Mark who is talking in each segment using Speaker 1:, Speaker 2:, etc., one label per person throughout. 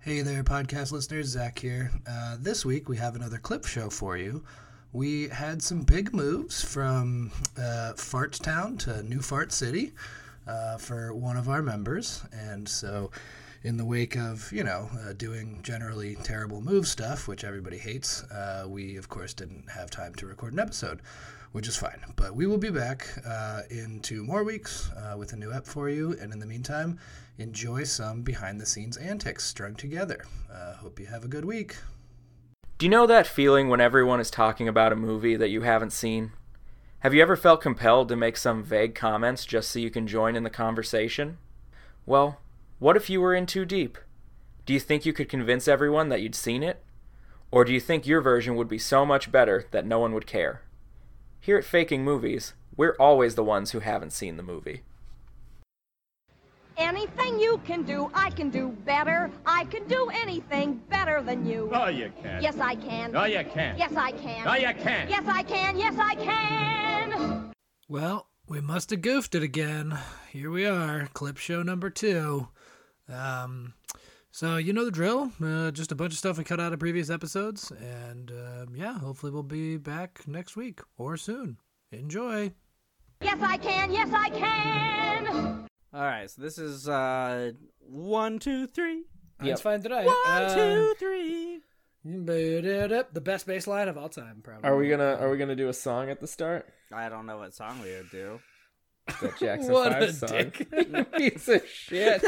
Speaker 1: Hey there, podcast listeners. Zach here. Uh, this week we have another clip show for you. We had some big moves from uh, Fart Town to New Fart City uh, for one of our members, and so in the wake of you know uh, doing generally terrible move stuff, which everybody hates, uh, we of course didn't have time to record an episode, which is fine. But we will be back uh, in two more weeks uh, with a new app for you, and in the meantime, enjoy some behind-the-scenes antics strung together. Uh, hope you have a good week.
Speaker 2: Do you know that feeling when everyone is talking about a movie that you haven't seen? Have you ever felt compelled to make some vague comments just so you can join in the conversation? Well, what if you were in too deep? Do you think you could convince everyone that you'd seen it? Or do you think your version would be so much better that no one would care? Here at Faking Movies, we're always the ones who haven't seen the movie.
Speaker 3: Anything you can do, I can do better. I can do anything better than you.
Speaker 4: No, you can't.
Speaker 3: Yes, I can.
Speaker 4: No, you can't.
Speaker 3: Yes, I can.
Speaker 4: No, you can't.
Speaker 3: Yes, I can. Yes, I can.
Speaker 1: Well, we must have goofed it again. Here we are, clip show number two. Um, so you know the drill. Uh, just a bunch of stuff we cut out of previous episodes, and um yeah, hopefully we'll be back next week or soon. Enjoy.
Speaker 3: Yes, I can. Yes, I can.
Speaker 5: All right, so this is uh one, two, three.
Speaker 6: Yep. It's fine
Speaker 1: Uh,
Speaker 6: today.
Speaker 5: One, two, three.
Speaker 6: The best bass line of all time, probably.
Speaker 2: Are we gonna are we gonna do a song at the start?
Speaker 5: I don't know what song we would do.
Speaker 2: That Jackson
Speaker 6: What
Speaker 2: Five
Speaker 6: a
Speaker 2: song.
Speaker 6: dick.
Speaker 2: Piece of shit.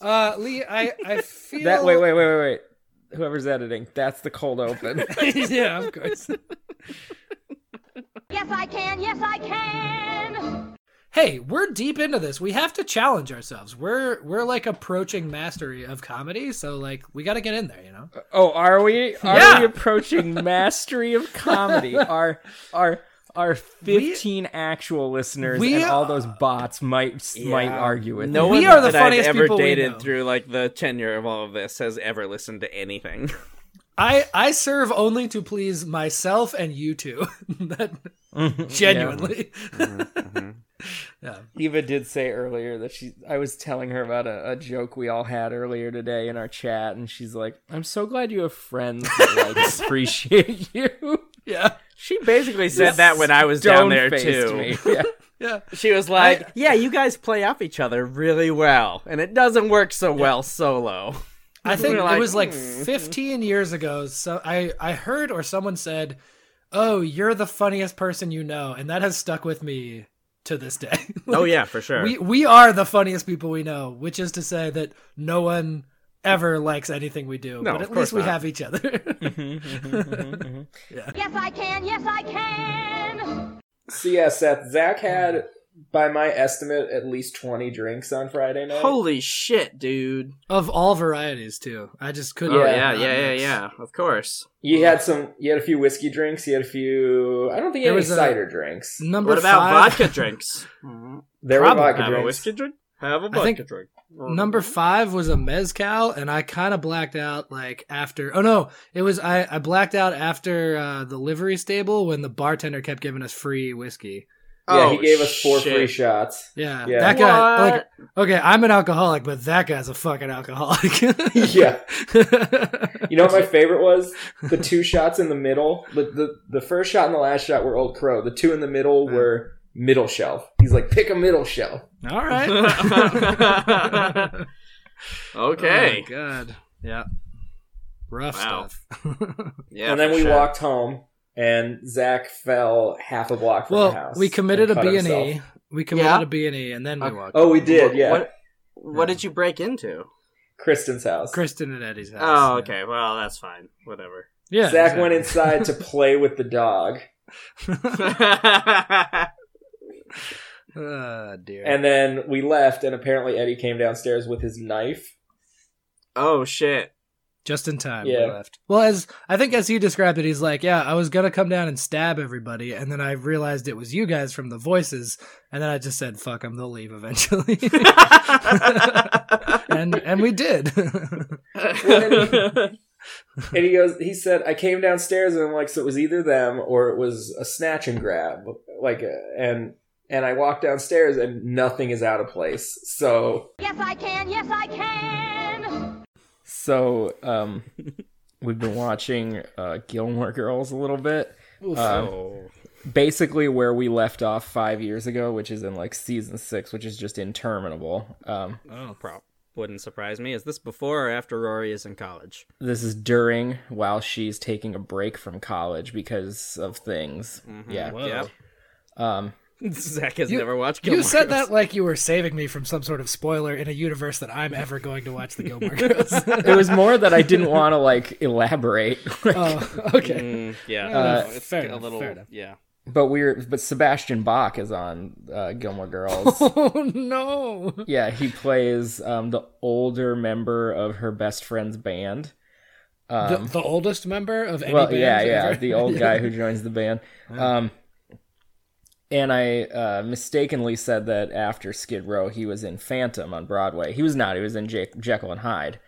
Speaker 6: Uh, Lee, I, I feel
Speaker 2: That wait, wait, wait, wait, wait. Whoever's editing, that's the cold open.
Speaker 6: yeah, of course.
Speaker 3: Yes, I can. Yes, I can.
Speaker 6: Hey, we're deep into this. We have to challenge ourselves. We're we're like approaching mastery of comedy, so like we got to get in there, you know.
Speaker 2: oh, are we? Are
Speaker 6: Yeah.
Speaker 2: we approaching mastery of comedy? Our our our fifteen actual listeners
Speaker 6: we
Speaker 2: and all
Speaker 6: are-
Speaker 2: those bots might might argue with.
Speaker 5: No
Speaker 2: me.
Speaker 5: one
Speaker 6: We are the
Speaker 5: that I've
Speaker 6: funniest
Speaker 5: ever
Speaker 6: people we
Speaker 5: dated
Speaker 6: know.
Speaker 5: through like the tenure of all of this has ever listened to anything.
Speaker 6: I I serve only to please myself and you two. that genuinely.
Speaker 2: Mm-hmm.
Speaker 6: yeah.
Speaker 2: Eva did say earlier that she. I was telling her about a, a joke we all had earlier today in our chat, and she's like, "I'm so glad you have friends that like appreciate you."
Speaker 6: Yeah.
Speaker 2: She basically
Speaker 5: said that when I was down there,
Speaker 2: stone-faced
Speaker 5: too.
Speaker 2: Me. Yeah.
Speaker 6: Yeah.
Speaker 5: She was like, "Yeah, you guys play off each other really well, and it doesn't work so well solo."
Speaker 6: I think
Speaker 5: We're like,
Speaker 6: it was like
Speaker 5: "Hmm."
Speaker 6: 15 years ago. So I I heard or someone said, "Oh, you're the funniest person you know," and that has stuck with me to this day.
Speaker 5: Oh yeah, for sure.
Speaker 6: we we are the funniest people we know, which is to say that no one ever likes anything we do,
Speaker 5: No,
Speaker 6: but
Speaker 5: of
Speaker 6: at least
Speaker 5: course
Speaker 6: we
Speaker 5: not. Hmm.
Speaker 6: have each other.
Speaker 3: Yes, I can. Yes, I can.
Speaker 2: So yeah, Seth, Zach had,
Speaker 6: Hmm.
Speaker 2: by my estimate, at least twenty drinks on Friday night.
Speaker 5: Holy shit, dude!
Speaker 6: of all varieties too. I just couldn't.
Speaker 5: Oh
Speaker 2: Yeah.
Speaker 5: yeah, yeah, yeah, yeah. Of course.
Speaker 2: You had some. You had a few whiskey drinks. You had a few. I don't think you
Speaker 6: There
Speaker 2: had any
Speaker 6: was a-
Speaker 2: cider drinks.
Speaker 6: Number
Speaker 5: What about
Speaker 6: five,
Speaker 5: vodka drinks? Mhm.
Speaker 2: There
Speaker 6: probably
Speaker 2: were
Speaker 5: Have
Speaker 2: vodka
Speaker 5: a
Speaker 2: drinks.
Speaker 5: whiskey drink. Have a
Speaker 6: I think-
Speaker 5: vodka drink.
Speaker 6: Number five was a mezcal, and I kind of blacked out like after. Oh no, it was I. I blacked out after uh, the livery stable when the bartender kept giving us free whiskey.
Speaker 2: Yeah,
Speaker 5: Oh,
Speaker 2: he gave us four
Speaker 5: shit.
Speaker 2: free shots.
Speaker 6: Yeah,
Speaker 2: Yeah.
Speaker 6: that guy.
Speaker 5: What?
Speaker 6: Like, okay, I'm an alcoholic, but that guy's a fucking alcoholic.
Speaker 2: yeah. You know what my favorite was? The two shots in the middle. The, the the first shot and the last shot were Old Crow. The two in the middle
Speaker 5: Hmm.
Speaker 2: were middle shelf. He's like, pick a middle shelf.
Speaker 6: All right.
Speaker 5: Okay.
Speaker 6: Oh, my God. Yeah. Rough
Speaker 5: Wow.
Speaker 6: stuff.
Speaker 5: yeah.
Speaker 2: and then
Speaker 5: for
Speaker 2: we
Speaker 5: sure.
Speaker 2: walked home, and Zach fell half a block from the
Speaker 6: well,
Speaker 2: house.
Speaker 6: we committed a
Speaker 2: and cut
Speaker 6: B and
Speaker 2: himself.
Speaker 6: E. We committed
Speaker 5: Yeah. Uh,
Speaker 6: a B and E, and then we
Speaker 5: Okay.
Speaker 6: walked.
Speaker 2: Oh, we
Speaker 6: home.
Speaker 2: did, yeah.
Speaker 5: What, what
Speaker 6: Yeah.
Speaker 5: did you break into?
Speaker 2: Kristen's house.
Speaker 6: Kristen and Eddie's house.
Speaker 5: Oh,
Speaker 6: yeah.
Speaker 5: okay. Well, that's fine. Whatever.
Speaker 6: Yeah.
Speaker 2: Zach
Speaker 6: exactly.
Speaker 2: went inside to play with the dog,
Speaker 6: Oh dear.
Speaker 2: and then we left. And apparently, Eddie came downstairs with his knife.
Speaker 5: oh shit.
Speaker 6: just in time
Speaker 2: Yeah.
Speaker 6: we left. Well, as I think as he described it, he's like, "Yeah, I was gonna come down and stab everybody, and then I realized it was you guys from the voices, and then I just said, fuck them, they'll leave eventually.' and and we did.
Speaker 2: And he goes, he said, I came downstairs, and I'm like, so it was either them or it was a snatch and grab, like, uh, and and I walked downstairs, and nothing is out of place. So
Speaker 3: Yes, I can. Yes, I can.
Speaker 2: So um, we've been watching uh, Gilmore Girls a little bit. Um,
Speaker 5: Oh.
Speaker 2: Basically, where we left off five years ago, which is in like season six, which is just interminable. Um,
Speaker 5: Oh, prob wouldn't surprise me. Is this before or after Rory is in college?
Speaker 2: this is during while she's taking a break from college because of things. Yeah.
Speaker 5: Mm-hmm. Yep. Um, Zach has never watched.
Speaker 6: You
Speaker 5: Gilmore
Speaker 6: said
Speaker 5: Girls.
Speaker 6: that like you were saving me from some sort of spoiler in a universe that I'm ever going to watch the Gilmore Girls.
Speaker 2: It was more that I didn't want to like elaborate.
Speaker 6: oh, okay.
Speaker 5: Mm, yeah,
Speaker 6: Uh,
Speaker 5: No, it's
Speaker 6: fair
Speaker 5: a
Speaker 6: enough,
Speaker 5: little.
Speaker 6: fair enough.
Speaker 5: Yeah,
Speaker 2: But we're but Sebastian Bach is on uh, Gilmore Girls.
Speaker 6: Oh no.
Speaker 2: yeah, he plays um, the older member of her best friend's band.
Speaker 6: the, the oldest member of any
Speaker 2: um, well,
Speaker 6: band
Speaker 2: yeah, yeah,
Speaker 6: ever.
Speaker 2: the old guy who joins the band. Um, and I uh, mistakenly said that after Skid Row, he was in Phantom on Broadway. He was not. He was in Jake, Jekyll and Hyde.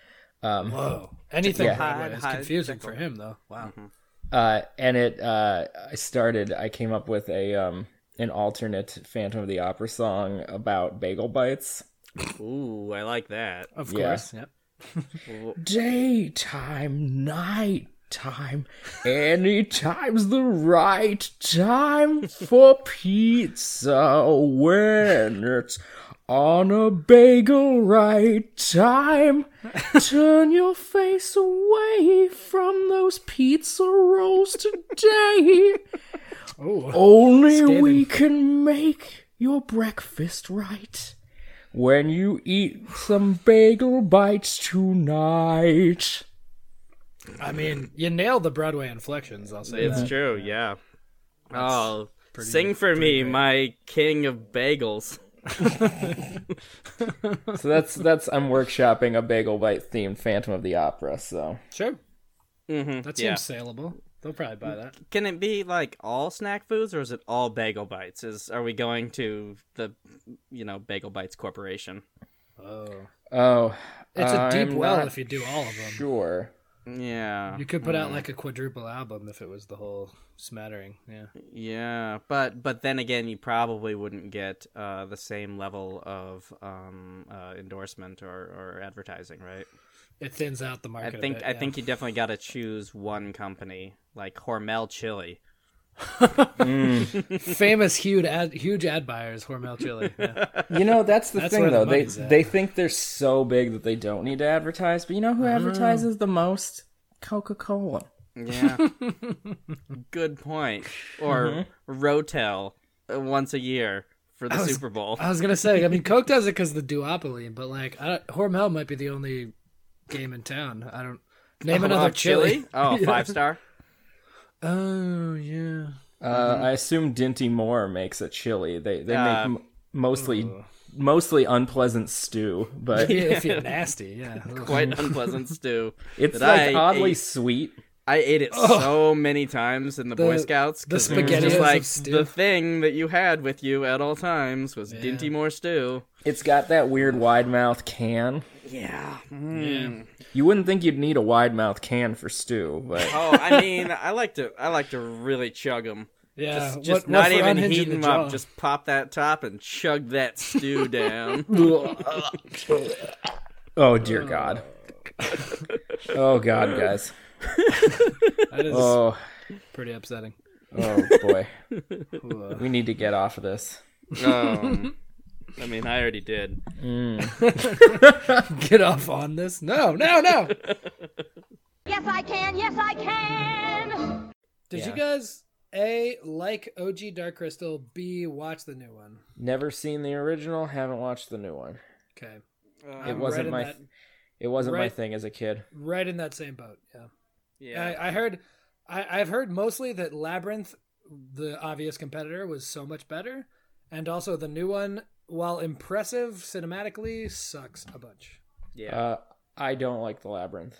Speaker 2: Um,
Speaker 6: Whoa. Anything
Speaker 2: Yeah.
Speaker 6: Broadway
Speaker 7: Hide,
Speaker 6: is
Speaker 7: hide,
Speaker 6: confusing for him though. Wow.
Speaker 5: Mm-hmm.
Speaker 2: uh, and it uh, I started. I came up with a um, an alternate Phantom of the Opera song about bagel bites.
Speaker 5: ooh, I like that.
Speaker 6: Of
Speaker 2: Yeah.
Speaker 6: course. Yep.
Speaker 2: Daytime, nighttime, any time's the right time for pizza when it's on a bagel right time. Turn your face away from those pizza rolls today. Oh. Only we can make your breakfast right when you eat some bagel bites tonight.
Speaker 6: I mean, you nailed the Broadway inflections, I'll say
Speaker 5: It's
Speaker 6: that.
Speaker 5: true. Yeah. oh, sing for me, my king of bagels.
Speaker 2: So that's that's I'm workshopping a bagel bite themed Phantom of the Opera. So
Speaker 6: Sure.
Speaker 5: Mm-hmm.
Speaker 6: That seems
Speaker 5: yeah.
Speaker 6: saleable. They'll probably buy that.
Speaker 5: Can it be like all snack foods, or is it all bagel bites? Is are we going to the, you know, Bagel Bites Corporation?
Speaker 6: Oh.
Speaker 2: oh,
Speaker 6: It's a deep
Speaker 2: I'm
Speaker 6: well
Speaker 2: not
Speaker 6: if you do all of them.
Speaker 2: sure.
Speaker 5: Yeah.
Speaker 6: You could put
Speaker 5: Mm-hmm.
Speaker 6: out like a quadruple album if it was the whole smattering. Yeah.
Speaker 5: Yeah, but but then again, you probably wouldn't get uh, the same level of um, uh, endorsement or, or advertising, right?
Speaker 6: It thins out the market.
Speaker 5: I
Speaker 6: a
Speaker 5: think
Speaker 6: bit,
Speaker 5: I
Speaker 6: yeah.
Speaker 5: think you definitely got to choose one company, like Hormel Chili.
Speaker 6: famous huge ad, huge ad buyers Hormel Chili. Yeah.
Speaker 2: You know that's the
Speaker 6: That's
Speaker 2: thing
Speaker 6: where the
Speaker 2: though. They
Speaker 6: money's at.
Speaker 2: they think they're so big that they don't need to advertise. But you
Speaker 6: Oh.
Speaker 2: know who advertises the most? Coca Cola.
Speaker 5: Yeah, good point. Or Rotel uh, once a year for the Super Bowl.
Speaker 6: I Mm-hmm. was uh, gonna say. I mean, Coke does it because the duopoly, but like I, Hormel might be the only game in town. I don't name another
Speaker 5: Oh,
Speaker 6: chili.
Speaker 5: Oh, five star.
Speaker 6: Oh yeah.
Speaker 2: Uh,
Speaker 6: Mm-hmm.
Speaker 2: I assume Dinty Moore makes a chili. They they
Speaker 5: Uh,
Speaker 2: make m- mostly mostly unpleasant stew, but
Speaker 6: Yeah, If you're nasty, yeah.
Speaker 5: Quite unpleasant stew.
Speaker 2: it's
Speaker 5: that
Speaker 2: like
Speaker 5: I
Speaker 2: oddly
Speaker 5: ate.
Speaker 2: sweet.
Speaker 5: I ate it so many times in the, Boy
Speaker 6: Oh. The-
Speaker 5: Scouts.
Speaker 6: the
Speaker 5: 'cause it was
Speaker 6: spaghettios
Speaker 5: just
Speaker 6: of
Speaker 5: like
Speaker 6: stew.
Speaker 5: the thing that you had with you at all times was Dinty Moore stew.
Speaker 2: It's got that weird wide mouth can.
Speaker 5: Yeah.
Speaker 2: You wouldn't think you'd need a wide mouth can for stew, but
Speaker 5: Oh, I mean, I like to, I like to really chug them.
Speaker 6: Yeah.
Speaker 5: Just,
Speaker 6: what-
Speaker 5: just
Speaker 6: what
Speaker 5: not
Speaker 6: for
Speaker 5: even
Speaker 6: unhinging
Speaker 5: heat
Speaker 6: the
Speaker 5: them
Speaker 6: jaw?
Speaker 5: up. Just pop that top and chug that stew down.
Speaker 2: oh dear God. Oh God, guys.
Speaker 6: that is
Speaker 2: Oh,
Speaker 6: pretty upsetting.
Speaker 2: oh boy. We need to get off of this.
Speaker 5: um, I mean, I already did.
Speaker 6: Get off on this. No, no, no.
Speaker 3: Yes, I can. Yes, I can.
Speaker 6: Did you guys a like OG Dark Crystal? B watch the new one.
Speaker 2: Never seen the original. Haven't watched the new one.
Speaker 6: Okay.
Speaker 2: It
Speaker 6: I'm
Speaker 5: Um,
Speaker 6: right
Speaker 2: wasn't
Speaker 6: in
Speaker 2: my.
Speaker 6: that-
Speaker 2: it wasn't my
Speaker 6: right-
Speaker 2: thing as a kid.
Speaker 6: Right in that same boat. Yeah.
Speaker 5: Yeah.
Speaker 6: I, I heard, I, I've heard mostly that Labyrinth, the obvious competitor, was so much better, and also the new one, while impressive cinematically, sucks a bunch.
Speaker 5: Yeah.
Speaker 2: Uh, I don't like the labyrinth.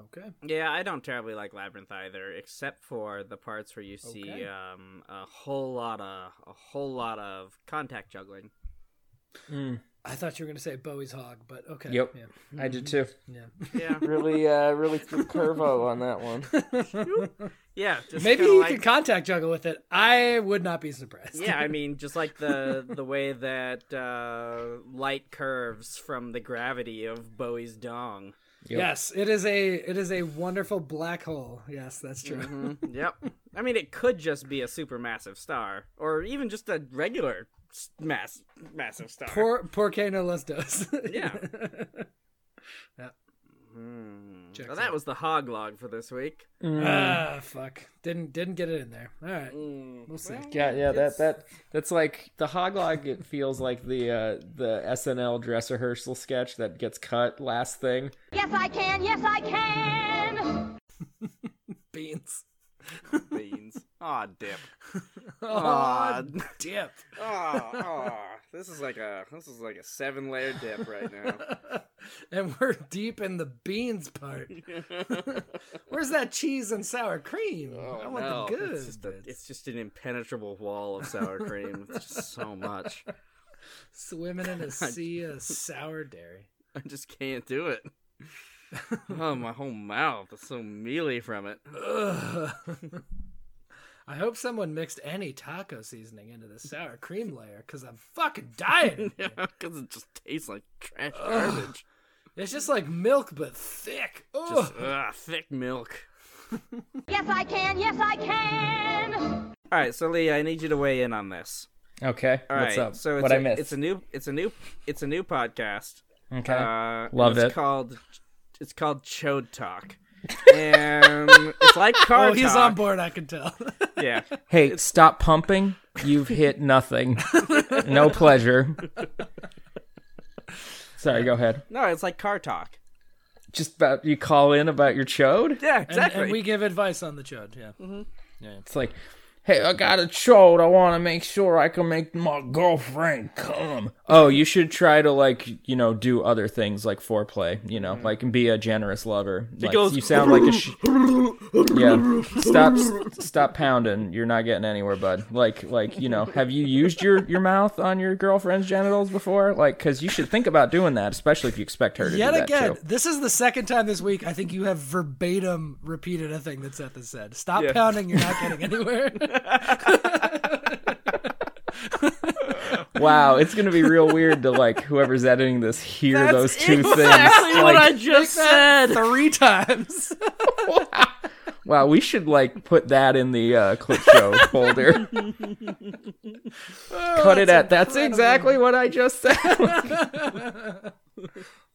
Speaker 6: Okay.
Speaker 5: Yeah, I don't terribly like Labyrinth either, except for the parts where you see
Speaker 6: Okay.
Speaker 5: um, a whole lot of a whole lot of contact juggling.
Speaker 6: I thought you were going to say Bowie's hog, but okay.
Speaker 2: Yep.
Speaker 6: Yeah. Mm-hmm.
Speaker 2: I did too.
Speaker 6: yeah.
Speaker 5: Yeah,
Speaker 8: Really, uh, really threw Curvo on that one.
Speaker 5: yeah. Just
Speaker 6: Maybe
Speaker 5: kinda
Speaker 6: you
Speaker 5: like,
Speaker 6: could contact juggle with it. I would not be surprised.
Speaker 5: Yeah, I mean, just like the the way that uh, light curves from the gravity of Bowie's dong.
Speaker 6: Yes, it is a it is a wonderful black hole. Yes, that's
Speaker 5: Mm-hmm.
Speaker 6: true.
Speaker 5: Yep. I mean, it could just be a supermassive star, or even just a regular s- mass massive star.
Speaker 6: Por porque no los dos.
Speaker 5: yeah.
Speaker 6: Checks
Speaker 5: Well, Mm. that
Speaker 6: out.
Speaker 5: was the hog log for this week.
Speaker 6: ah fuck. Didn't didn't get it in there. All right.
Speaker 5: Mm.
Speaker 6: We'll see.
Speaker 2: Yeah, yeah, that that that's like the hoglog. It feels like the uh, the SNL dress rehearsal sketch that gets cut last thing.
Speaker 3: Yes, I can. Yes, I can.
Speaker 6: Beans.
Speaker 5: Beans. Aw, dip.
Speaker 6: Oh, dip.
Speaker 5: Aw, aw. This is like a this is like a seven layer dip right now.
Speaker 6: And we're deep in the beans part. Where's that cheese and sour cream? I want
Speaker 5: Oh, no,
Speaker 6: the good
Speaker 5: It's just, a- it's just an impenetrable wall of sour cream. It's just so much.
Speaker 6: Swimming in a sea of sour dairy.
Speaker 5: I just can't do it. oh, my whole mouth is so mealy from it.
Speaker 6: Ugh. I hope someone mixed any taco seasoning into the sour cream layer because I'm fucking dying.
Speaker 5: Because it just tastes like trash garbage.
Speaker 6: it's just like milk but thick. Ugh.
Speaker 5: Ugh, thick milk.
Speaker 3: Yes, I can. Yes, I can.
Speaker 5: All right, so Lee, I need you to weigh in on this.
Speaker 2: Okay,
Speaker 5: All right,
Speaker 2: what's up?
Speaker 5: so it's
Speaker 2: what
Speaker 5: a,
Speaker 2: I missed?
Speaker 5: It's a new, it's a new, it's a new podcast.
Speaker 2: okay,
Speaker 5: Uh, and
Speaker 2: Love
Speaker 5: it's
Speaker 2: it.
Speaker 5: Called, it's called Chode Talk, and it's like car
Speaker 6: Oh, he's
Speaker 5: talk.
Speaker 6: on board. I can tell.
Speaker 5: Yeah,
Speaker 2: hey, stop pumping. You've hit nothing. no pleasure. Sorry, go ahead.
Speaker 5: no, it's like car talk.
Speaker 2: Just about you call in about your chode.
Speaker 5: Yeah,
Speaker 6: And,
Speaker 5: exactly.
Speaker 6: and we give advice on the chode. Yeah.
Speaker 2: It's like, hey, I got a chode. I want to make sure I can make my girlfriend come. Oh, you should try to like, you know, do other things like foreplay. You know, like be a generous lover. Like,
Speaker 5: Mm. goes-
Speaker 2: you sound like a sh- yeah. Stop, stop pounding. You're not getting anywhere, bud. Like, like you know, have you used your your mouth on your girlfriend's genitals before? Like, because you should think about doing that, especially if you expect her to
Speaker 6: Yet
Speaker 2: do that
Speaker 6: again,
Speaker 2: too.
Speaker 6: this is the second time this week I think you have verbatim repeated a thing that Seth has said. Stop
Speaker 5: Yeah.
Speaker 6: pounding. You're not getting anywhere.
Speaker 2: Wow, it's gonna be real weird to like whoever's editing this hear those two things.
Speaker 5: exactly what
Speaker 2: Like,
Speaker 5: I just said.
Speaker 6: Three times.
Speaker 2: Wow, we should like put that in the uh, clip show folder. Cut it at. Oh, That's exactly what I just said.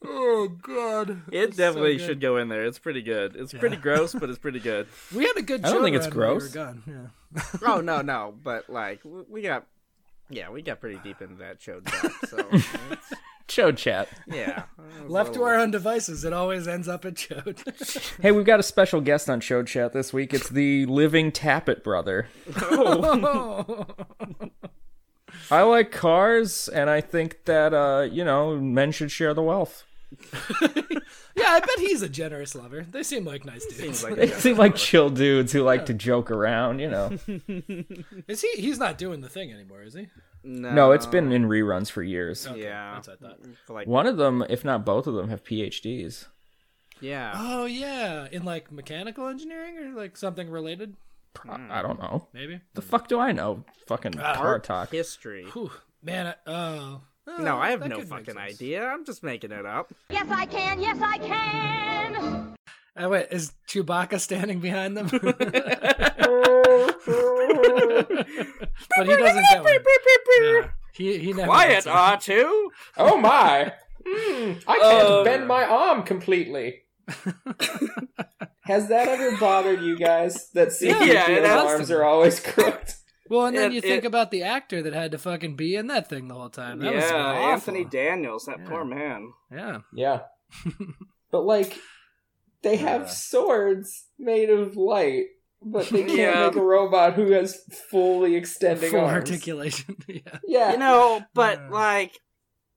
Speaker 6: oh God.
Speaker 5: It definitely should go in there. It's pretty good. It's pretty gross, but it's pretty good.
Speaker 6: We had a good.
Speaker 2: I don't
Speaker 6: chode
Speaker 2: think it's
Speaker 6: run when we were
Speaker 2: gross.
Speaker 6: gone, Yeah.
Speaker 5: oh no, no, but like w- we got, yeah, we got pretty deep into that show. Doc, so
Speaker 2: show chat.
Speaker 5: yeah,
Speaker 6: Left to our own devices, it always ends up at chode.
Speaker 2: Hey, we've got a special guest on show chat this week. It's the living Tappet brother. Oh. I like cars, and I think that uh, you know men should share the wealth.
Speaker 6: yeah, I bet he's a generous lover. They seem like nice dudes.
Speaker 5: like-
Speaker 2: They seem like chill dudes who like to joke around. You know.
Speaker 6: Is he? He's not doing the thing anymore, is he?
Speaker 2: No, it's been in reruns for years.
Speaker 5: yeah,
Speaker 6: That's what I thought.
Speaker 5: for like
Speaker 2: One of them, if not both of them, have PhDs.
Speaker 5: yeah,
Speaker 6: Oh yeah, in like mechanical engineering or like something related,
Speaker 2: I, I don't know.
Speaker 6: maybe.
Speaker 2: The fuck do I know? Fucking car talk.
Speaker 5: history.
Speaker 6: Whew, man. I, oh. oh,
Speaker 5: No, I have
Speaker 6: that
Speaker 5: no
Speaker 6: could make
Speaker 5: fucking
Speaker 6: sense.
Speaker 5: idea. I'm just making it up.
Speaker 3: Yes, I can. Yes, I can.
Speaker 6: Oh, wait, is Chewbacca standing behind them? but he doesn't get one. Yeah, He he never gets one.
Speaker 5: R2.
Speaker 2: Oh my!
Speaker 9: Hmm.
Speaker 2: I can't
Speaker 6: Um,
Speaker 2: bend my arm completely. Has that ever bothered you guys? That
Speaker 6: Yeah, yeah, their it has arms to. are
Speaker 2: always crooked.
Speaker 6: Well, and then
Speaker 5: It-
Speaker 6: you think
Speaker 5: it-
Speaker 6: about the actor that had to fucking be in that thing the whole time. That was
Speaker 5: yeah,
Speaker 6: awful.
Speaker 5: Anthony Daniels, that poor man.
Speaker 6: Yeah.
Speaker 2: Yeah, but like they have swords made of light, but they can't
Speaker 5: Yeah.
Speaker 2: make a robot who has fully extending
Speaker 6: Full
Speaker 2: arms.
Speaker 6: articulation. yeah.
Speaker 2: Yeah,
Speaker 5: You know, but
Speaker 6: Yeah.
Speaker 5: like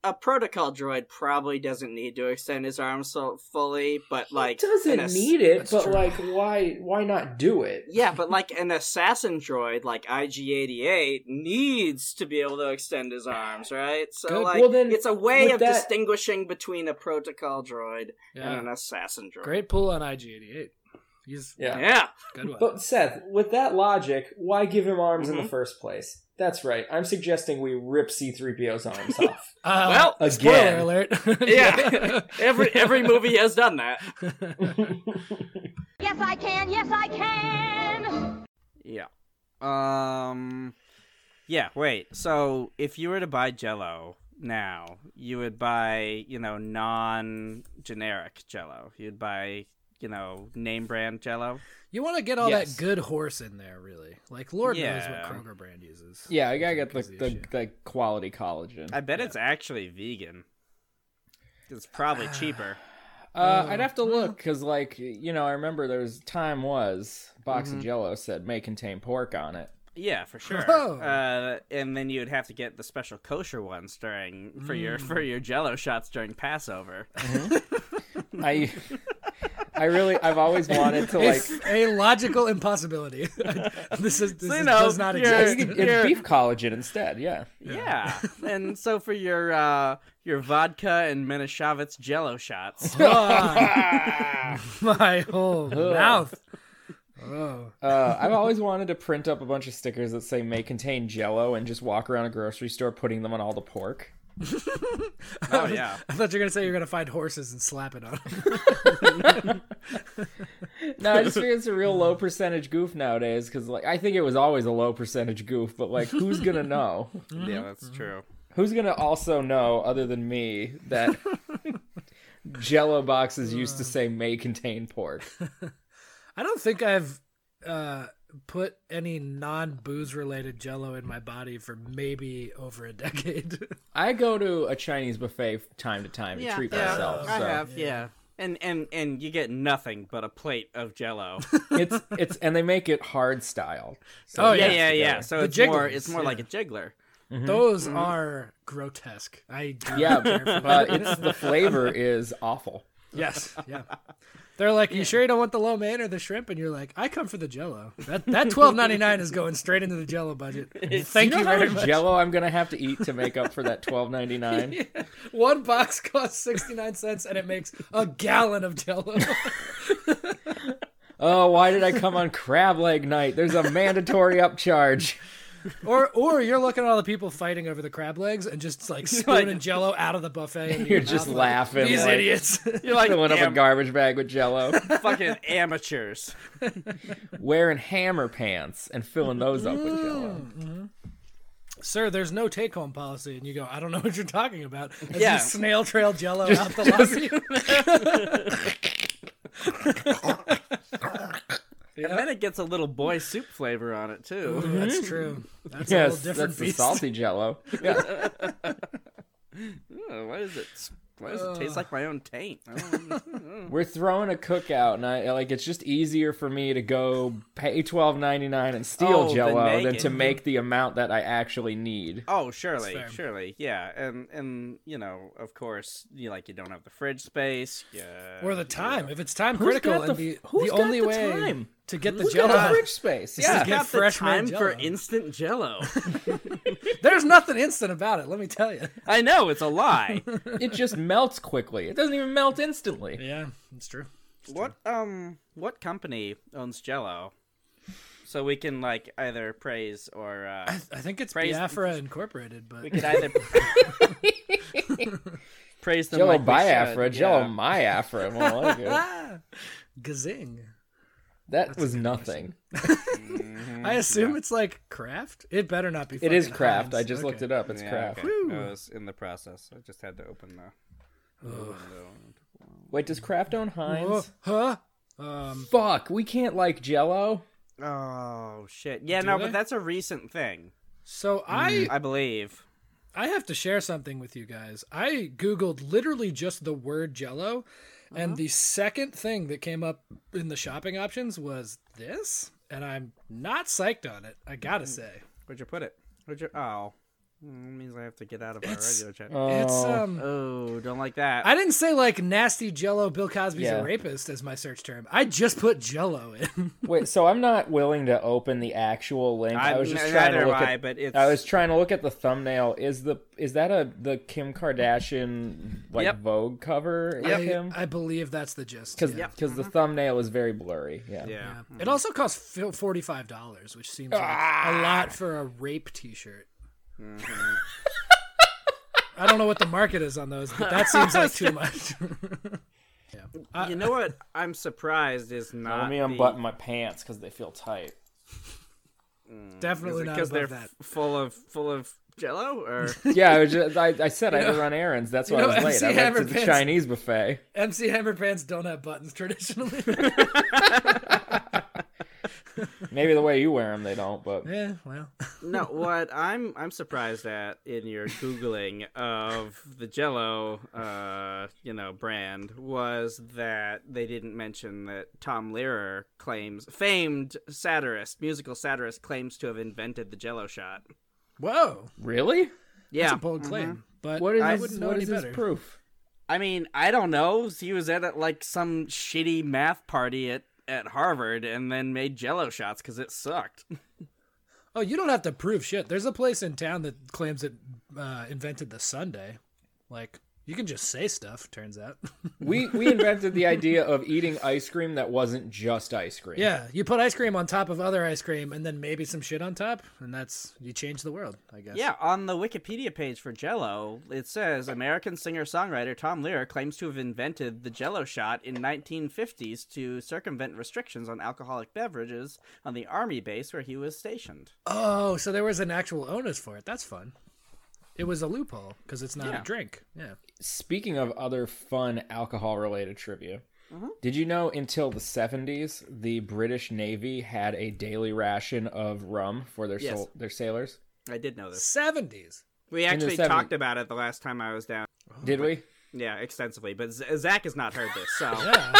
Speaker 7: a protocol droid probably doesn't need to extend his arm so fully, but like
Speaker 9: He doesn't
Speaker 7: an ass-
Speaker 9: need it,
Speaker 6: That's
Speaker 9: but
Speaker 6: true.
Speaker 9: like, why? Why not do it?
Speaker 7: Yeah, but like an assassin droid like IG88 needs to be able to extend his arms, right? So
Speaker 6: Good.
Speaker 7: like
Speaker 9: Well, then,
Speaker 7: it's a way
Speaker 9: with
Speaker 7: of
Speaker 9: that-
Speaker 7: distinguishing between a protocol droid
Speaker 6: Yeah.
Speaker 7: and an assassin droid.
Speaker 6: Great pull on IG88. He's
Speaker 9: Yeah.
Speaker 7: Yeah.
Speaker 6: good one.
Speaker 9: But Seth, with that logic, why give him arms in
Speaker 7: Mhm.
Speaker 9: the
Speaker 6: Mm-hmm.
Speaker 9: first place? That's right. I'm suggesting we rip C3PO's arms off.
Speaker 6: Uh,
Speaker 7: well,
Speaker 6: spoiler
Speaker 9: Again.
Speaker 6: alert.
Speaker 7: yeah. every every movie has done that.
Speaker 3: Yes, I can. Yes, I can.
Speaker 5: Yeah. Um. Yeah. Wait. So if you were to buy Jello now, you would buy you know non-generic Jello. You'd buy you know name brand Jello.
Speaker 6: You want to get all
Speaker 9: Yes.
Speaker 6: that good horse in there, really. Like, Lord
Speaker 5: Yeah.
Speaker 6: knows what Kroger brand uses.
Speaker 2: Yeah, I gotta get the
Speaker 6: That's
Speaker 2: the,
Speaker 6: the issue.
Speaker 2: the, quality collagen.
Speaker 5: I bet it's actually vegan. It's probably cheaper.
Speaker 2: Uh, I'd have to look because, like, you know, I remember there was time was box
Speaker 9: Mm-hmm.
Speaker 2: of Jello said may contain pork on it.
Speaker 5: Yeah, for sure.
Speaker 6: Whoa.
Speaker 5: Uh, and then you'd have to get the special kosher ones during for your for your Jello shots during Passover.
Speaker 2: I, I really, I've always wanted to like.
Speaker 6: It's a logical impossibility. this is this
Speaker 5: So, you
Speaker 6: is-
Speaker 5: know,
Speaker 6: does not
Speaker 5: you're-
Speaker 6: exist.
Speaker 5: you could-
Speaker 2: It's beef collagen instead, yeah.
Speaker 5: Yeah. and so for your uh your vodka and Menashovitz jello shots.
Speaker 6: Ah. my whole mouth. Oh,
Speaker 2: Uh, I've always wanted to print up a bunch of stickers that say may contain Jello and just walk around a grocery store putting them on all the pork.
Speaker 5: oh yeah.
Speaker 6: I thought you were gonna say you're gonna find horses and slap it on. 'em.
Speaker 2: No, I just think it's a real low percentage goof nowadays because, like, I think it was always a low percentage goof, but like, who's gonna know?
Speaker 5: Yeah, that's true.
Speaker 2: Who's gonna also know, other than me, that Jello boxes used to say may contain pork?
Speaker 6: I don't think I've uh, put any non booze related Jello in my body for maybe over a decade.
Speaker 2: I go to a Chinese buffet time to time to treat myself.
Speaker 5: I
Speaker 2: so.
Speaker 5: have, yeah. And and and you get nothing but a plate of jello.
Speaker 2: It's it's and they make it hard style. So
Speaker 6: Oh,
Speaker 5: yeah,
Speaker 6: yeah.
Speaker 5: yeah, yeah.
Speaker 2: together.
Speaker 5: So
Speaker 6: The
Speaker 5: it's more
Speaker 6: jigglers,
Speaker 5: it's more
Speaker 6: yeah.
Speaker 5: like a jiggler.
Speaker 6: Those are grotesque. I do not
Speaker 2: Mm-hmm. Yeah,
Speaker 6: care for
Speaker 2: but
Speaker 6: them.
Speaker 2: it's the flavor is awful.
Speaker 6: yes, yeah. They're like, you sure you don't want the lo mein or the shrimp? And you're like, I come for the Jello. That that twelve ninety nine is going straight into the Jello budget. Thank you,
Speaker 2: you know how
Speaker 6: very
Speaker 2: much
Speaker 6: much.
Speaker 2: Jello I'm gonna have to eat to make up for that twelve ninety nine.
Speaker 6: One box costs 69 cents and it makes a gallon of jello.
Speaker 2: Oh, why did I come on crab leg night? There's a mandatory upcharge.
Speaker 6: or or you're looking at all the people fighting over the crab legs and just like spooning jello out of the buffet. And
Speaker 2: You're just laughing.
Speaker 6: These
Speaker 2: like,
Speaker 6: idiots.
Speaker 5: You're like
Speaker 2: Filling up a
Speaker 5: "Damn,
Speaker 2: garbage bag with Jello,
Speaker 5: fucking amateurs.
Speaker 2: wearing hammer pants, and filling those up with Jello.
Speaker 6: Sir, there's no take home policy. And you go, I don't know what you're talking about. As
Speaker 5: Yeah.
Speaker 6: you snail trail jello out the lobby.
Speaker 5: And then it gets a little boy soup flavor on it too.
Speaker 6: That's true. That's a
Speaker 2: Yes,
Speaker 6: little different
Speaker 2: that's the
Speaker 6: beast.
Speaker 2: salty Jello. Yeah.
Speaker 5: Ooh, why does it why does it taste like my own taint? I don't know.
Speaker 2: We're throwing a cookout, and I like it's just easier for me to go pay twelve ninety nine and steal
Speaker 5: Oh, the
Speaker 2: Jello than
Speaker 5: naked.
Speaker 2: to make the amount that I actually need.
Speaker 5: Oh, surely,
Speaker 6: fair.
Speaker 5: surely, yeah, and and you know, of course, you like you don't have the fridge space, yeah,
Speaker 6: Or the time. If it's time
Speaker 2: Who's got
Speaker 6: critical,
Speaker 2: the-
Speaker 6: and the,
Speaker 2: who's
Speaker 6: the
Speaker 2: got
Speaker 6: only
Speaker 2: the
Speaker 6: way
Speaker 2: time?
Speaker 6: to get the
Speaker 2: Who's
Speaker 6: jello.
Speaker 2: got a fridge space?
Speaker 6: is
Speaker 2: Yeah.
Speaker 6: get
Speaker 5: got the
Speaker 6: fresh made
Speaker 5: time for
Speaker 6: Jell-O.
Speaker 5: instant Jello.
Speaker 6: There's nothing instant about it, let me tell you.
Speaker 5: I know it's a lie.
Speaker 2: it just melts quickly. It doesn't even melt instantly.
Speaker 6: Yeah, it's true.
Speaker 5: what um, what company owns Jello? So we can like either praise or uh,
Speaker 6: I think it's
Speaker 5: Praise-
Speaker 6: Biafra Incorporated, but
Speaker 5: we could either praise them.
Speaker 2: Jello
Speaker 5: like we
Speaker 2: Biafra,
Speaker 5: should,
Speaker 2: Jello
Speaker 5: yeah.
Speaker 2: my Afra. More like it.
Speaker 6: Gazing.
Speaker 2: That was nothing.
Speaker 6: I assume it's like craft. It better not be.
Speaker 2: Mm, It is craft. I just looked it up. It's
Speaker 5: Yeah,
Speaker 2: craft.
Speaker 5: okay. I was in the process. I just had to open the.
Speaker 2: Wait, does craft own Heinz?
Speaker 6: Oh, huh? Um,
Speaker 2: Fuck, we can't like Jello.
Speaker 5: Oh shit! Yeah, no,
Speaker 6: they?
Speaker 5: but that's a recent thing,
Speaker 2: Mm.
Speaker 6: so I
Speaker 5: I believe.
Speaker 6: I have to share something with you guys. I googled literally just the word Jello,
Speaker 2: Uh-huh.
Speaker 6: and the second thing that came up in the shopping options was this, and I'm not psyched on it. I gotta say.
Speaker 2: Mm.
Speaker 5: Where'd you put it? Where'd you? Oh, Mm, means I have to get out of my
Speaker 6: It's-
Speaker 5: regular chat.
Speaker 6: It's
Speaker 2: Oh.
Speaker 6: um.
Speaker 5: oh, don't like that.
Speaker 6: I didn't say like nasty Jello. Bill Cosby's
Speaker 2: Yeah.
Speaker 6: a rapist as my search term. I just put Jello in.
Speaker 2: Wait, so I'm not willing to open the actual link. I,
Speaker 5: I-
Speaker 2: was just
Speaker 5: n-
Speaker 2: trying to
Speaker 5: neither
Speaker 2: look
Speaker 5: am
Speaker 2: at.
Speaker 5: I, but it's-
Speaker 2: I was trying to look at the thumbnail. Is the is that a the Kim Kardashian like
Speaker 5: Yep.
Speaker 2: Vogue cover of him?
Speaker 6: I, I believe that's the gist.
Speaker 2: Because
Speaker 6: yeah.
Speaker 2: the thumbnail is very blurry. Yeah.
Speaker 5: Mm-hmm. yeah.
Speaker 6: It also costs forty five dollars, which seems like a
Speaker 2: Ah.
Speaker 6: lot for a rape T shirt.
Speaker 2: Mm-hmm.
Speaker 6: I don't know what the market is on those, but that seems like too much.
Speaker 5: you know what? I'm surprised is not
Speaker 2: Let Uh, me unbutton my pants because they feel tight.
Speaker 6: Definitely not
Speaker 5: because
Speaker 6: above
Speaker 5: they're
Speaker 6: that.
Speaker 5: f- full of full of Jello or
Speaker 2: Yeah, I, was just, I, I said I had to run errands. That's why
Speaker 6: you know,
Speaker 2: I was
Speaker 6: MC
Speaker 2: late. I went
Speaker 6: Hammer
Speaker 2: to the
Speaker 6: pants-
Speaker 2: Chinese buffet.
Speaker 6: MC Hammer pants don't have buttons traditionally.
Speaker 2: Maybe the way you wear them, they don't. But
Speaker 6: yeah, well,
Speaker 5: no. What I'm I'm surprised at in your googling of the Jello, uh, you know, brand was that they didn't mention that Tom Lehrer claims famed satirist, musical satirist, claims to have invented the Jello shot.
Speaker 6: whoa,
Speaker 2: really,
Speaker 5: Yeah,
Speaker 6: that's a bold claim. But
Speaker 2: Mm-hmm. what is
Speaker 6: I
Speaker 2: his-
Speaker 6: wouldn't know
Speaker 2: what
Speaker 6: any
Speaker 2: is his
Speaker 6: better.
Speaker 2: proof?
Speaker 5: I mean, I don't know. He was at like some shitty math party at at Harvard, and then made Jello shots because it sucked.
Speaker 6: Oh, you don't have to prove shit. There's a place in town that claims it uh, invented the Sunday. Like you can just say stuff. Turns out.
Speaker 2: We we invented the idea of eating ice cream that wasn't just ice cream.
Speaker 6: Yeah, you put ice cream on top of other ice cream, and then maybe some shit on top, and that's you change the world, I guess.
Speaker 5: Yeah, on the Wikipedia page for Jello, it says American singer-songwriter Tom Lehrer claims to have invented the Jello shot in 1950s to circumvent restrictions on alcoholic beverages on the army base where he was stationed.
Speaker 6: Oh, so there was an actual onus for it. That's fun. It was a loophole because it's not
Speaker 5: Yeah.
Speaker 6: a drink. Yeah.
Speaker 2: Speaking of other fun alcohol related trivia,
Speaker 6: Mm-hmm.
Speaker 2: did you know until the seventies the British Navy had a daily ration of rum for their
Speaker 5: Yes.
Speaker 2: sol- their sailors?
Speaker 5: I did know this.
Speaker 6: Seventies.
Speaker 5: We
Speaker 2: In the
Speaker 5: actually
Speaker 2: 70s.
Speaker 5: talked about it the last time I was down.
Speaker 6: Oh,
Speaker 2: Did we?
Speaker 5: Yeah, extensively, but Z- Zach has not heard this, so
Speaker 6: Yeah.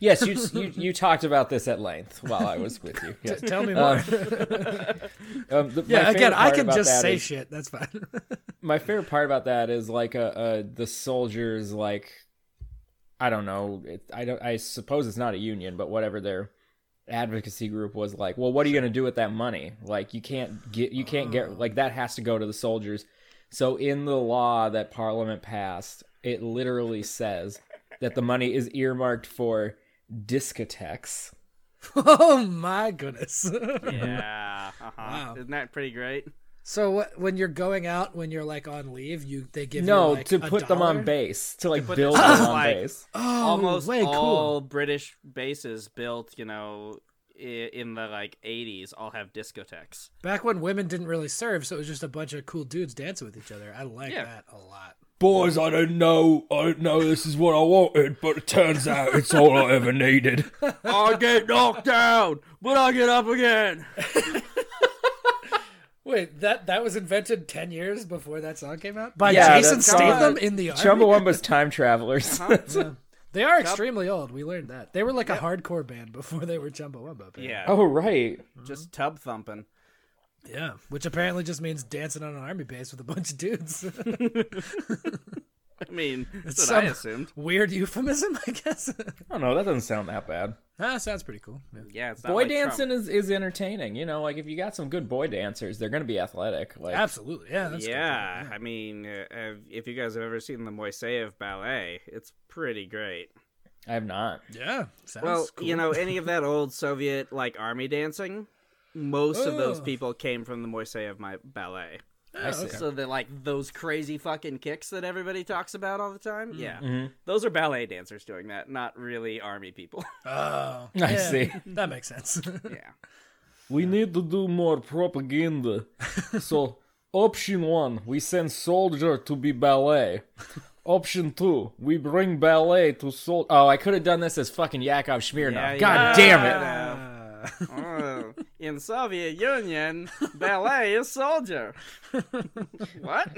Speaker 2: Yes, you, you you talked about this at length while I was with you. Yes.
Speaker 6: Tell me more.
Speaker 2: Um, the- my
Speaker 6: yeah. Again,
Speaker 2: favorite
Speaker 6: I
Speaker 2: part
Speaker 6: can
Speaker 2: about
Speaker 6: just
Speaker 2: that
Speaker 6: say
Speaker 2: is-
Speaker 6: shit. That's fine.
Speaker 2: my favorite part about that is like uh uh the soldiers like I don't know it, I don't I suppose it's not a union but whatever their advocacy group was like well what are you gonna do with that money like you can't get you can't get like that has to go to the soldiers so in the law that Parliament passed it literally says that the money is earmarked for discotheques
Speaker 6: oh my goodness.
Speaker 5: yeah. Uh-huh. Isn't that pretty great?
Speaker 6: so what, when you're going out, when you're like on leave, you they give
Speaker 2: no
Speaker 6: you, like,
Speaker 2: to
Speaker 6: a
Speaker 2: put them on
Speaker 6: dollar?
Speaker 2: base to like
Speaker 5: put
Speaker 2: build
Speaker 5: them
Speaker 2: them
Speaker 5: on,
Speaker 2: on
Speaker 5: like-
Speaker 2: base
Speaker 6: Oh,
Speaker 5: almost
Speaker 6: way
Speaker 5: all
Speaker 6: cool.
Speaker 5: British bases built, you know, i- in the like 80s all have discotheques.
Speaker 6: Back when women didn't really serve, so it was just a bunch of cool dudes dancing with each other. I like
Speaker 5: Yeah.
Speaker 6: that a lot.
Speaker 10: Boys, I don't know. I don't know this is what I wanted, but it turns out it's all I ever needed.
Speaker 5: I get knocked down, but I get up again.
Speaker 6: Wait, that that was invented ten years before that song came out by
Speaker 2: Yeah,
Speaker 6: Jason
Speaker 2: that's-
Speaker 6: Statham
Speaker 2: God.
Speaker 6: in the army.
Speaker 2: Chumbawamba's time travelers
Speaker 5: Uh-huh.
Speaker 6: They are extremely old. We learned that they were like a hardcore band before they were Chumbawamba. Band.
Speaker 5: Yeah,
Speaker 2: oh right
Speaker 5: just tub thumping.
Speaker 6: yeah, which apparently just means dancing on an army base with a bunch of dudes.
Speaker 5: I mean, that's what
Speaker 6: Some-
Speaker 5: I assumed.
Speaker 6: Weird euphemism, I guess.
Speaker 2: Oh no, that doesn't sound that bad.
Speaker 6: ah, sounds pretty cool. Yeah.
Speaker 5: Yeah, it's not
Speaker 2: Boy
Speaker 5: like
Speaker 2: dancing
Speaker 5: Trump.
Speaker 2: is, is entertaining, you know. Like if you got some good boy dancers, they're gonna be athletic. Like
Speaker 6: Absolutely, yeah. That's
Speaker 5: yeah, I mean, uh, uh, if you guys have ever seen the Moiseyev ballet, it's pretty great.
Speaker 2: I have not.
Speaker 6: cool. yeah. Sounds
Speaker 5: Well,
Speaker 6: cool.
Speaker 5: you know, any of that old Soviet like army dancing, most of those
Speaker 6: Oh.
Speaker 5: people came from the Moiseyev my ballet.
Speaker 2: I see.
Speaker 5: So they're like those crazy fucking kicks that everybody talks about all the time. Yeah.
Speaker 2: Mm-hmm.
Speaker 5: Those are ballet dancers doing that, not really army people.
Speaker 6: oh,
Speaker 2: I
Speaker 6: yeah,
Speaker 2: see.
Speaker 6: That makes sense.
Speaker 5: yeah.
Speaker 10: We need to do more propaganda.
Speaker 2: So option one, we send soldier to be ballet. Option two, we bring ballet to sol. Oh, I could have done this as fucking Yakov Smirnov.
Speaker 5: Yeah,
Speaker 2: God
Speaker 5: yeah.
Speaker 2: damn it! Uh,
Speaker 5: Oh, in Soviet Union, ballet is soldier. what?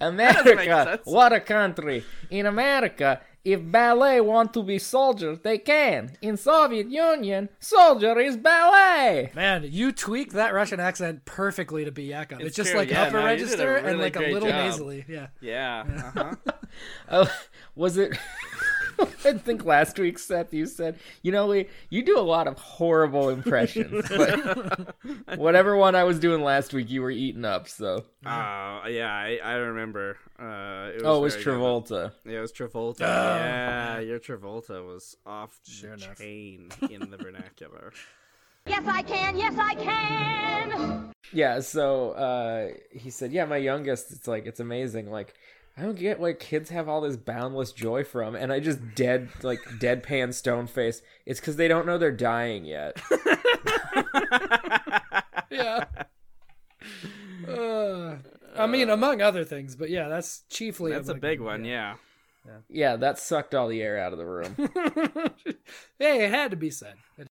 Speaker 2: America,
Speaker 5: sense.
Speaker 2: what a country! In America, If ballet want to be soldier, they can. In Soviet Union, soldier is ballet.
Speaker 6: Man, you tweak that Russian accent perfectly to be Yakov. It's,
Speaker 2: It's
Speaker 6: just
Speaker 2: true,
Speaker 6: like
Speaker 2: yeah,
Speaker 6: upper
Speaker 2: no, you did a
Speaker 6: register and
Speaker 2: really
Speaker 6: like a
Speaker 2: great
Speaker 6: little
Speaker 2: job.
Speaker 6: nasally. Yeah.
Speaker 5: Yeah. uh-huh.
Speaker 2: Uh, was it? I think last week, Seth, you said, you know, we you do a lot of horrible impressions. but whatever one I was doing last week, you were eating up. So
Speaker 5: Oh yeah, I, I remember. Uh, it was
Speaker 2: Oh, it was
Speaker 5: very good.
Speaker 2: Travolta.
Speaker 5: Yeah, it was Travolta.
Speaker 2: Oh.
Speaker 5: Yeah, your Travolta was off the
Speaker 6: enough.
Speaker 5: chain in the vernacular.
Speaker 3: Yes, I can. Yes, I can.
Speaker 2: yeah, so uh, he said, yeah, my youngest, it's like it's amazing. Like I don't get where kids have all this boundless joy from, and I just dead like deadpan stone face. It's because they don't know they're dying yet.
Speaker 6: yeah. Uh, I mean, among other things, but yeah, that's chiefly.
Speaker 5: That's a
Speaker 6: like-
Speaker 5: big one. Yeah.
Speaker 2: yeah, that sucked all the air out of the room.
Speaker 6: Hey, it had to be said. It